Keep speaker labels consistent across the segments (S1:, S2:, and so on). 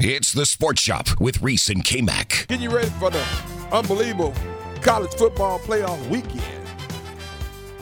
S1: It's the Sports Shop with Reese and K Mac.
S2: Get you ready for the unbelievable college football playoff weekend.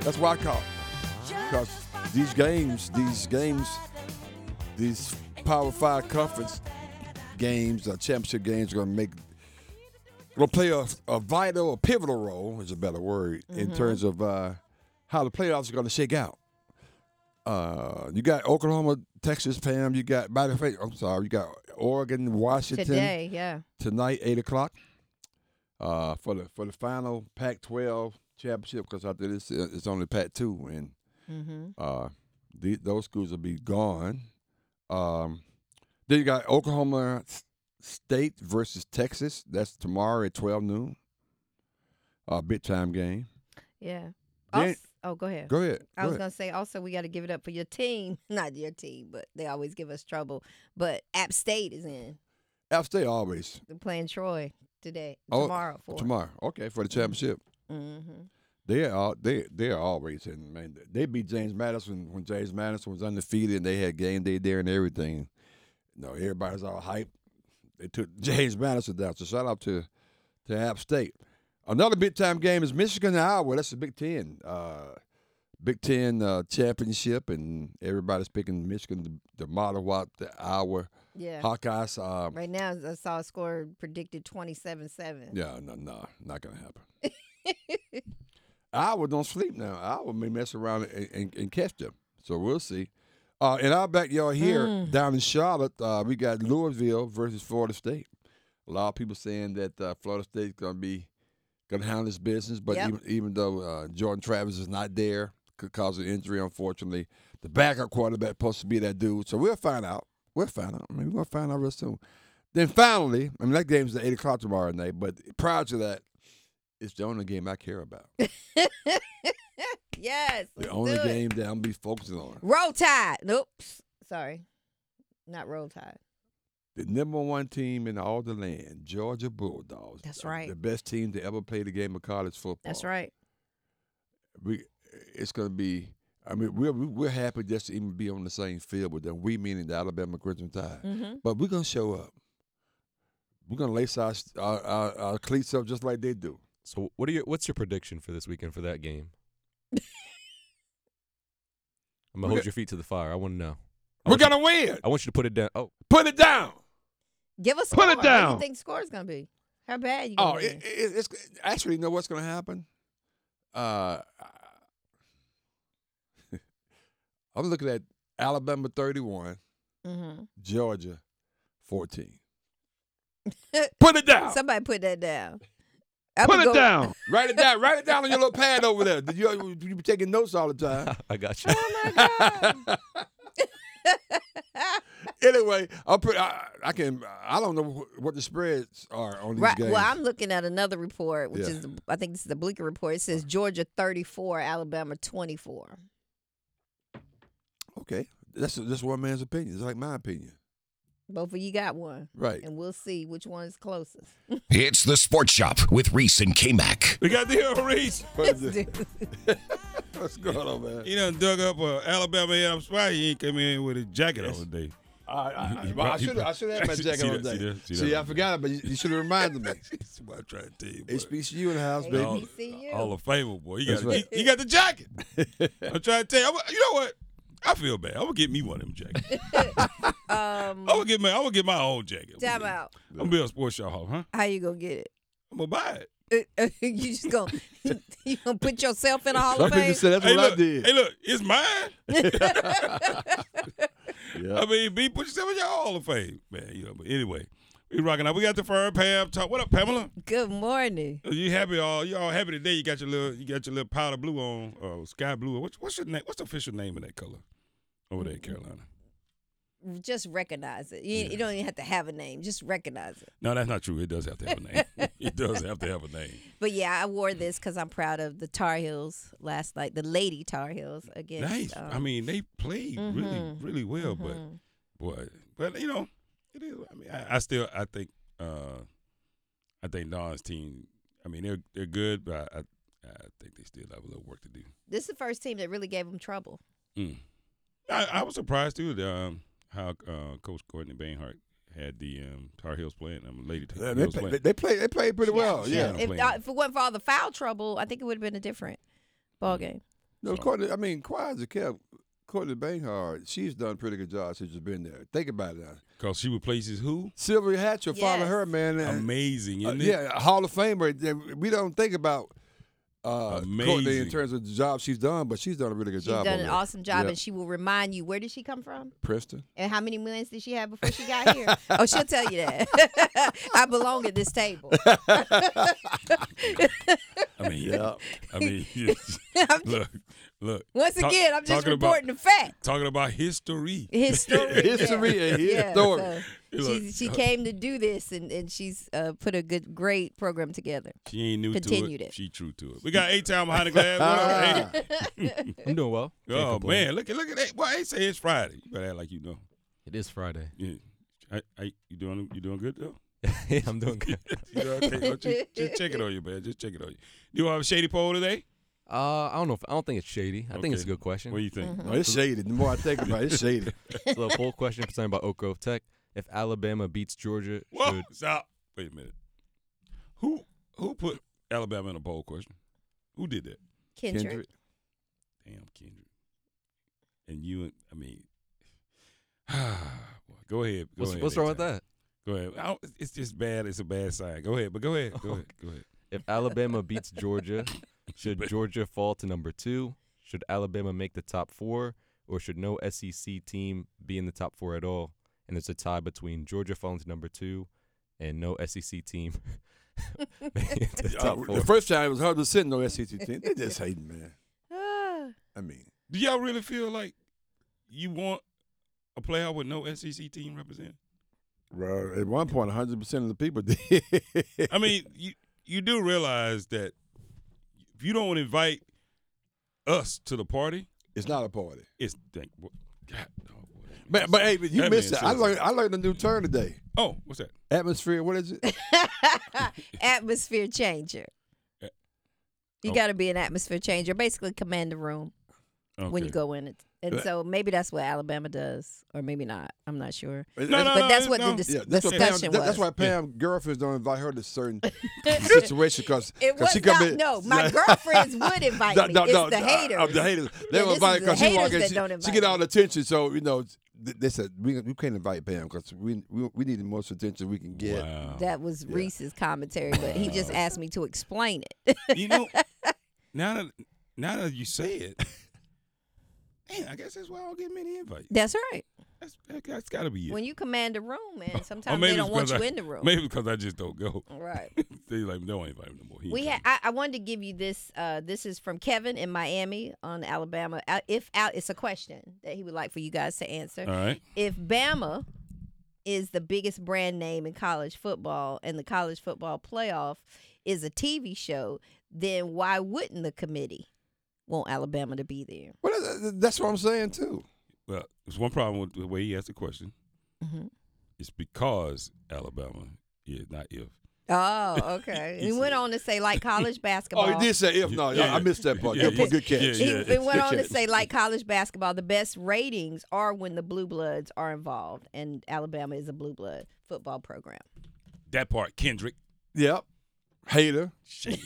S2: That's why I call it. Because these games, these games, these Power Five conference games, uh, championship games, are going to make, going to play a, a vital, a pivotal role, is a better word, in terms of uh, how the playoffs are going to shake out. Uh, you got Oklahoma, Texas, fam. You got, by the way, I'm sorry, you got Oregon, Washington
S3: Today, yeah.
S2: tonight, eight o'clock, uh, for the for the final Pac-12 championship. Because after this, uh, it's only Pac-2, and
S3: Mm-hmm.
S2: uh, the, those schools will be gone. Um, then you got Oklahoma S- State versus Texas. That's tomorrow at twelve noon. Uh, big time game.
S3: Yeah.
S2: Then-
S3: Also, oh, go ahead.
S2: Go ahead.
S3: I
S2: go
S3: was
S2: ahead.
S3: going to say also, we got to give it up for your team. Not your team, but they always give us trouble. But App State is in.
S2: App State always
S3: They're playing Troy today,
S2: Oh,
S3: tomorrow. For.
S2: tomorrow. Okay, for the championship.
S3: Mm-hmm.
S2: They are they they are always in man. They beat James Madison when James Madison was undefeated and they had game day there and everything. No, everybody's all hype. They took James Madison down. So shout out to to App State. Another big time game is Michigan and Iowa. That's the Big Ten. Uh, Big Ten uh, championship and everybody's picking Michigan the, the model what the Iowa
S3: Yeah.
S2: Hawkeyes. Um,
S3: Right now, I saw a score predicted 27 7.
S2: yeah, no, no, not gonna happen. Iowa don't sleep now. Iowa may mess around and, and, and catch them. So we'll see. Uh, in our backyard here, down in Charlotte, uh, we got Louisville versus Florida State. A lot of people saying that uh, Florida State's gonna be gonna handle this business, but
S3: Yep.
S2: even even though uh, Jordan Travis is not there, could cause an injury. Unfortunately, the backup quarterback supposed to be that dude. So we'll find out. We'll find out. I mean, we're gonna find out real soon. Then finally, I mean that game's at eight o'clock tomorrow night. But prior to that, it's the only game I care about.
S3: Yes.
S2: The
S3: let's
S2: only
S3: do it.
S2: game that I'm gonna be focusing on.
S3: Roll Tide. Nope. Sorry. Not Roll Tide.
S2: The number one team in all the land, Georgia Bulldogs.
S3: That's
S2: Uh,
S3: right.
S2: The best team to ever play the game of college football.
S3: That's right.
S2: We, it's gonna be. I mean, we're we- we're happy just to even be on the same field with them. We meaning the Alabama Crimson Tide.
S3: Mm-hmm.
S2: But we're gonna show up. We're gonna lace our our, our, our cleats up just like they do.
S4: So what are your what's your prediction for this weekend for that game? I'm
S2: We
S4: gonna hold
S2: got-
S4: your feet to the fire. I want to know.
S2: We're
S4: I want you-
S2: gonna win.
S4: I want you to put it down. Oh,
S2: Put it down.
S3: Give us
S2: Put it
S3: What do
S2: down.
S3: you think the score is going to be? How bad you
S2: Oh,
S3: going to
S2: it, it, it's actually. You know what's going to happen? Uh, I'm looking at Alabama 31,
S3: mm-hmm.
S2: Georgia 14. Put it down.
S3: Somebody put that down. I
S2: Oh. Put
S3: would
S2: it
S3: go-
S2: down. Write it down. Write it down on your little pad over there. You you be taking notes all the time.
S4: I got you.
S3: Oh my god.
S2: Anyway, I'll put, I, I can. I don't know wh- what the spreads are on these
S3: right.
S2: games.
S3: Well, I'm looking at another report, which
S2: Yeah. Uh-huh.
S3: is I think this is the Bleaker report. It says Georgia 34, Alabama 24.
S2: okay, that's just one man's opinion. It's like my opinion,
S3: Both of you got one,
S2: right?
S3: and we'll see which one is closest.
S1: It's the Sports Shop with Reese and K Mac.
S5: We got the hero Reese.
S2: What is it?
S3: Dude.
S2: What's going on, man?
S5: He done dug up a Alabama head. I'm surprised he ain't come in with his jacket all day.
S2: I- I, I,
S5: You
S2: well, I
S5: brought- you
S2: should have I
S5: brought-
S2: should have had my
S5: See
S2: jacket
S5: that-
S2: on
S5: see
S2: today.
S5: that-
S2: See,
S5: see that
S2: I
S5: right
S2: forgot it, but you, you should have reminded me.
S5: That's what I'm trying to tell you. boy.
S2: HBCU in the house, baby.
S5: all,
S3: HBCU.
S5: all of favor, boy. He
S2: That's
S5: got,
S2: right.
S5: he, he got the jacket. I'm trying to tell you. I'm, you know what? I feel bad. I'm gonna get me one of them jackets.
S3: Um,
S5: I'm gonna get my. I'm gonna get my own jacket.
S3: time out.
S5: I'm gonna be a sports shop, huh?
S3: How you gonna get it?
S5: I'm gonna buy it.
S3: you just gonna you gonna put yourself in a hall
S2: Some
S3: of
S2: people
S3: fame?
S2: say that's
S5: hey,
S2: what
S5: look,
S2: I did.
S5: Hey, look, it's mine.
S2: yeah.
S5: I mean, be put yourself in your hall of fame, man. You know, but anyway, we rocking out. We got the firm Pam. Talk. What up, Pamela?
S3: Good morning.
S5: Are You happy all you all happy today? You got your little you got your little powder blue on, uh, sky blue. What's what's your name? What's the official name of that color over there in Carolina?
S3: Just recognize it. You, you don't even have to have a name. Just recognize it.
S5: No, that's not true. It does have to have a name. it does have to have a name.
S3: But yeah, I wore
S5: Mm.
S3: this because I'm proud of the Tar Heels last night. The Lady Tar Heels against.
S5: nice.
S3: um,
S5: I mean, they played really
S3: mhm,
S5: really well,
S3: mhm.
S5: but boy, but you know, it is. I mean, I, I still I think uh I think Don's team. I mean, they're they're good, but I I, I think they still have a little work to do.
S3: this is the first team that really gave them trouble.
S5: Mm. I, I was surprised too that, um, how uh, Coach Courtney Bainhart had the um, Tar Heels playing. I'm a lady. Tar
S2: Yeah,
S5: Heels
S2: they, play,
S5: playing.
S2: they, play, they played pretty well.
S5: Yeah.
S2: Yeah.
S5: I'm
S3: If,
S5: playing.
S3: uh, if it wasn't for all the foul trouble, I think it would have been a different
S5: Mm.
S3: ball game.
S2: No,
S5: So-
S2: Courtney, I mean, Quads kept Courtney Banghard. She's done a pretty good job since she's been there. Think about it now.
S5: Cause she replaces who?
S2: Sylvia Hatcher followed
S3: Yes.
S2: her, man. and-
S5: Amazing,
S2: Uh,
S5: isn't it?
S2: yeah, Hall of Famer. that We don't think about uh, Courtney in
S5: Amazing.
S2: terms of the job she's done, but she's done a really good
S3: She's
S2: job.
S3: done
S2: over
S3: an
S2: there.
S3: awesome job,
S2: Yeah.
S3: and she will remind you where did she come from
S2: Preston.
S3: and how many wins did she have before she got here. oh, she'll tell you that. I belong at this table.
S5: I mean, I mean, look, look.
S3: Once
S5: Talk-
S3: again, I'm just
S5: talking about-
S3: reporting the fact.
S5: Talking about history.
S3: History.
S2: History and his
S3: yeah,
S2: story.
S3: so
S5: Look, uh,
S3: she's- she came to do this, and, and she's uh, put a good, great program together.
S5: She ain't new
S3: Continued
S5: to it.
S3: it.
S5: She true to it. We got eight time behind the glass. What up,
S2: Ah,
S5: Ace?
S4: I'm doing well. Can't
S5: oh
S4: complain.
S5: man, look at look at that. Well, they say it's Friday. You better act like you know.
S4: it is Friday.
S5: Yeah. I, I, you doing you doing good though?
S4: yeah, I'm doing good.
S5: You know, okay, well, just, just check it on you, man. Just check it on you. You have a shady poll today?
S4: Uh, I don't know. If, I don't think it's shady. I think it's a
S5: Okay.
S4: good question.
S5: What do you think?
S2: no, it's shaded. The more I think about it, it's shaded.
S4: It's a little poll question presented by Oak Grove Tech. If Alabama beats Georgia,
S5: Whoa,
S4: should
S5: stop. Wait a minute. Who who put Alabama in a poll question? Who did that?
S3: Kendrick.
S5: Damn, Kendrick. And you, and I mean, boy, go ahead. Go
S4: what's,
S5: ahead,
S4: what's wrong with
S5: Eitan.
S4: that?
S5: Go ahead. I don't, it's just bad. It's a bad sign. Go ahead, but go ahead.
S4: Oh,
S5: Go ahead. Go ahead.
S4: If Alabama beats Georgia, should
S5: But-
S4: Georgia fall to number two? Should Alabama make the top four, or should no SEC team be in the top four at all? And there's a tie between Georgia falling to number two and no SEC team making it to the top
S2: Uh,
S4: four.
S2: the first time it was 100% no SEC team. They just hating, man.
S3: Ah.
S2: I mean,
S5: Do y'all really feel like you want a player with no SEC team represented?
S2: well, at one point, 100% of the people did.
S5: I mean, you you do realize that if you don't invite us to the party,
S2: it's not a party.
S5: it's thank God. Oh, boy.
S2: But, but hey, but you
S5: That
S2: missed
S5: man
S2: it. I
S5: said-
S2: learned, I learned a new term today.
S5: Oh, what's that?
S2: Atmosphere, what is it?
S3: atmosphere changer.
S5: Uh,
S3: You
S5: oh.
S3: got to be an atmosphere changer, basically command the room when you
S5: Okay.
S3: go in it. And
S2: Uh,
S3: so maybe that's what Alabama does, or maybe not. I'm not sure.
S5: No, no,
S3: but
S5: no,
S3: that's what
S5: no.
S3: the dis-
S2: Yeah, that's what Pam,
S3: discussion
S2: that- that's
S3: was.
S2: why Pam girlfriends don't invite her to certain situations because
S3: it was
S2: she come
S3: not.
S2: in.
S3: no, my girlfriends would invite
S2: No,
S3: me.
S2: no,
S3: it's
S2: no,
S3: the
S2: no,
S3: haters.
S2: uh, the haters. They
S3: Yeah,
S2: don't
S3: this
S2: invite
S3: is
S2: because
S3: the
S2: she walk
S3: haters
S2: in.
S3: that
S2: She,
S3: don't
S2: she
S3: invite
S2: get
S3: me.
S2: all the attention. So you know, th- they said we, we can't invite Pam because we, we we need the most attention we can get.
S5: Wow.
S3: That was Reese's commentary, but he just asked me to explain it.
S5: you know, now that now that you say it, man, I guess that's why I don't get many invites.
S3: That's right.
S5: That's, that- that's got to be it.
S3: When you command a room, man,
S5: Or
S3: sometimes they
S5: Oh, it's
S3: don't want you
S5: 'cause I-
S3: in the room.
S5: Maybe because I just don't go.
S3: Right.
S5: they like don't invite me no more. He
S3: We
S5: ain't
S3: had. I, I wanted to give you this. Uh, this is from Kevin in Miami on Alabama. Uh, If Al- it's a question that he would like for you guys to answer,
S5: coming. All right.
S3: if Bama is the biggest brand name in college football and the college football playoff is a TV show, then why wouldn't the committee want Alabama to be there?
S2: Well, that's, that's what I'm saying too.
S5: Well, there's one problem with the way he asked the question.
S3: Mhm.
S5: It's because Alabama is not if.
S3: Oh, okay. he went on to say like college basketball.
S2: Oh, he did say if no, yeah,
S5: Yeah.
S2: I missed that part.
S5: Yeah,
S2: good,
S5: yeah.
S2: good catch.
S5: Yeah,
S3: He,
S5: yeah.
S3: it went
S2: Good
S3: on to
S2: catch.
S3: say, like college basketball, the best ratings are when the blue bloods are involved, and Alabama is a blue blood football program.
S5: That part, Kendrick.
S2: Yep, hater.
S5: Shady.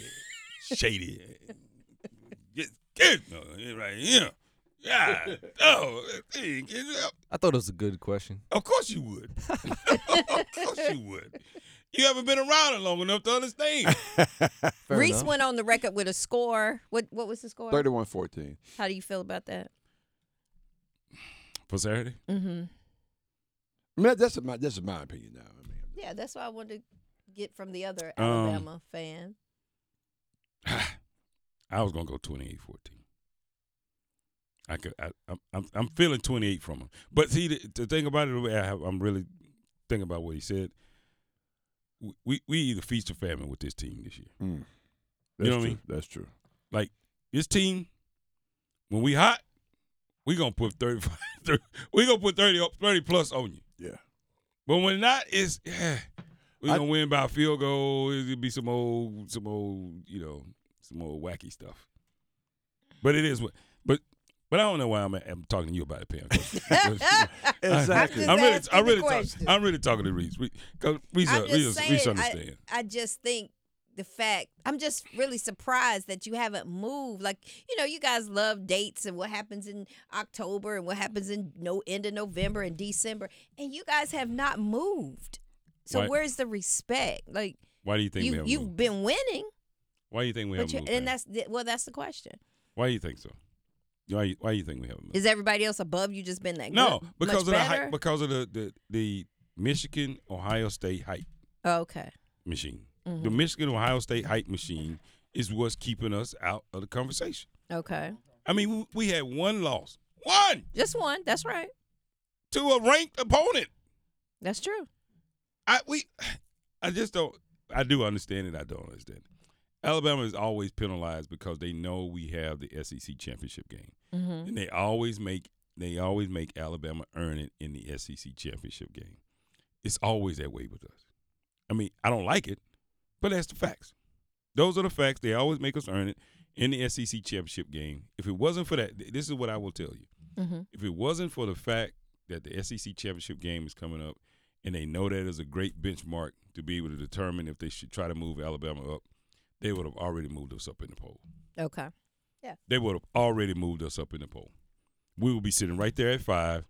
S5: Shady. Yes, kid. No, yeah, right here. Yeah. Oh, hey, Kendrick.
S4: I thought it was a good question.
S5: Of course you would. of course you would. You haven't been around it long enough to understand.
S4: Fair
S3: Reese
S4: enough.
S3: went on the record with a score. What what was the score?
S2: 31-14.
S3: How do you feel about that?
S5: For Saturday?
S3: Mm-hmm.
S2: I mean, that's my that's my opinion now. I mean,
S3: Yeah, that's what I wanted to get from the other
S5: Um,
S3: Alabama fan.
S5: I was gonna go 28-14. I could. I, I'm- I'm. I'm feeling 28 from him. But see, the, the thing about it, the way I have, I'm really thinking about what he said. We- We we either feast or famine with this team this year.
S2: mm.
S5: Hmm. You know what I
S2: That's
S5: mean?
S2: true. That's true.
S5: This team, when we hot, we gonna put 35. we gonna put 30 up- 30 plus on you.
S2: Yeah.
S5: But when not, it's yeah, we
S2: I-
S5: gonna win by a field goal. It'll be some old, some old, you know, some old wacky stuff. But it is what. But But I don't know why I'm, I'm talking to you about it, Pam. 'cause- 'cause-
S2: Exactly.
S3: just
S5: I'm really,
S3: asking
S5: I'm
S3: the
S5: really, talk,
S3: question.
S5: I'm really talking to Reese. We, 'cause Reese,
S3: I'm
S5: uh,
S3: just
S5: Reese, Reese
S3: saying, I-
S5: understand.
S3: I just think the fact I'm just really surprised that you haven't moved. Like you know, you guys love dates and what happens in October and what happens in no end of November and December, and you guys have not moved. So
S5: Why-
S3: where's the respect? Like
S5: why do you think we
S3: you
S5: have
S3: you've
S5: moved?
S3: been winning,
S5: Why do you think we
S3: but
S5: have
S3: you,
S5: moved? Pam?
S3: and that's the- well, that's the question.
S5: why do you think so? Why you, why do you think we have moved?
S3: Is everybody else above you just been that
S5: no,
S3: good,
S5: because
S3: much
S5: of the
S3: better?
S5: hype, because of the the, the Michigan Ohio State hype
S3: okay.
S5: machine. The Michigan Ohio State hype machine is what's keeping us out of the conversation.
S3: Okay.
S5: I mean, we, we had one loss, one
S3: Just one. That's right.
S5: to a ranked opponent.
S3: That's true.
S5: I we I just don't I do understand it, I don't understand it. Alabama is always penalized because they know we have the SEC championship game.
S3: Mm-hmm.
S5: And they always make they always make Alabama earn it in the SEC championship game. It's always that way with us. I mean, I don't like it, but that's the facts. Those are the facts. They always make us earn it in the SEC championship game. If it wasn't for that, th- this is what I will tell you.
S3: Mhm.
S5: If it wasn't for the fact that the SEC championship game is coming up, and they know that is a great benchmark to be able to determine if they should try to move Alabama up, they would have already moved us up in the poll
S3: Okay.
S5: they would have already moved us up in the poll. We would be sitting right there at five,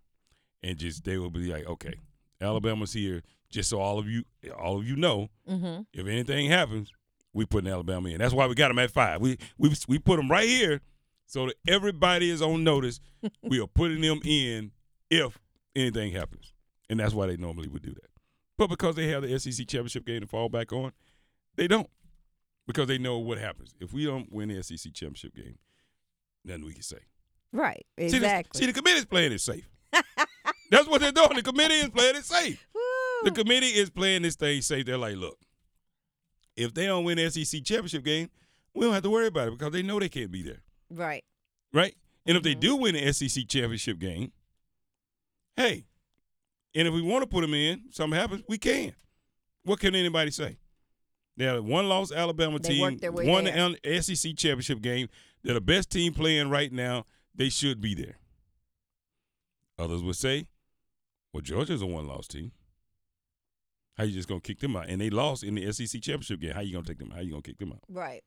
S5: and just they would be like, okay, Alabama's here. Just so all of you, all of you know,
S3: Mm-hmm.
S5: if anything happens, we putting Alabama in. That's why we got them at five. We we we put them right here, so that everybody is on notice. we are putting them in if anything happens, and that's why they normally would do that. But because they have the SEC championship game to fall back on, they don't because they know what happens if we don't win the SEC championship game. Nothing we can say.
S3: Right.
S5: See, the-
S3: Exactly.
S5: See, the, committee's playing it safe. That's what they're doing. The committee is playing it safe. The
S3: Woo.
S5: committee is playing this thing safe. They're like, look, if they don't win the SEC championship game, we don't have to worry about it because they know they can't be there,
S3: right.
S5: right?
S3: Mm-hmm.
S5: And if they do win the SEC championship game, hey, and if we want to put them in, something happens, we can. What can anybody say? They had a one loss Alabama
S3: They
S5: team,
S3: worked their way
S5: won
S3: there.
S5: the L- SEC championship game. They're the best team playing right now. They should be there. Others would say, well, Georgia's a one loss team. How you just going to kick them out? And they lost in the SEC championship game. How you going to take them out? How you going to kick them out?
S3: Right.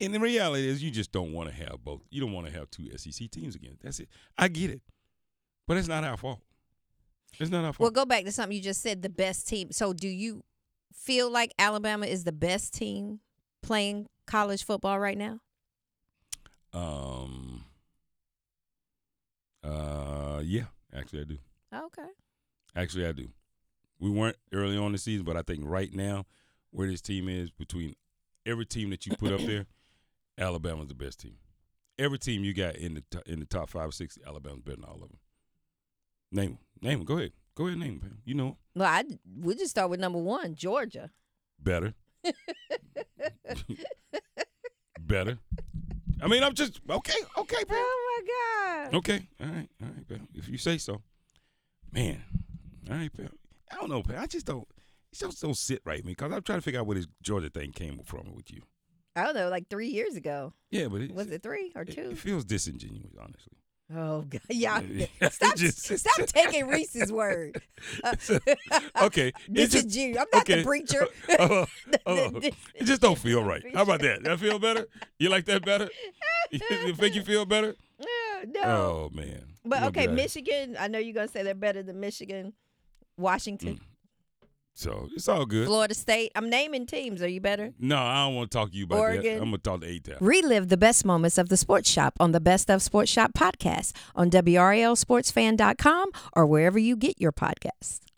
S5: And the reality is, you just don't want to have both. You don't want to have two SEC teams again. That's it. I get it, but it's not our fault. It's not our
S3: Well,
S5: fault.
S3: go back to something you just said. The best team. So, do you feel like Alabama is the best team playing college football right now?
S5: um. Uh, yeah. Actually, I do.
S3: Okay.
S5: Actually, I do. We weren't early on the season, but I think right now, where this team is between every team that you put up there, Alabama's the best team. Every team you got in the to- in the top five or six, Alabama's better than all of them. Name 'em. Name 'em. Go ahead. Go ahead. and Name 'em, Pam. You know 'em.
S3: Well, I we'll just start with number one, Georgia.
S5: better. better. I mean, I'm just okay, okay, bro.
S3: Oh my God.
S5: Okay, all right, all right, pal. If you say so, man. All right, pal. I don't know, pal. I just don't. It just don't sit right with me because I'm trying to figure out where this Georgia thing came from with you.
S3: I don't know, like three years ago.
S5: Yeah, but it,
S3: Was it three or
S5: it-
S3: two?
S5: It feels disingenuous, honestly.
S3: Oh God, y'all
S5: It
S3: stop,
S5: just-
S3: stop taking Reese's word. Uh,
S5: Okay, it
S3: This
S5: just-
S3: is you. I'm not the
S5: okay.
S3: preacher.
S5: Oh, oh. it just don't feel right. How about that? That feel better? You like that better? You think you feel better?
S3: Yeah, Eh, no.
S5: Oh man.
S3: but
S5: Look
S3: okay,
S5: at that.
S3: Michigan. I know you're gonna say they're better than Michigan, Washington,
S5: So it's all good.
S3: Florida State. I'm naming teams. Are you better?
S5: No, I don't want to talk to you about that.
S3: Oregon.
S5: I'm gonna talk to ATAP.
S3: Relive the best moments of the Sports Shop on the Best of Sports Shop podcast on WRLSportsFan.com or wherever you get your podcasts.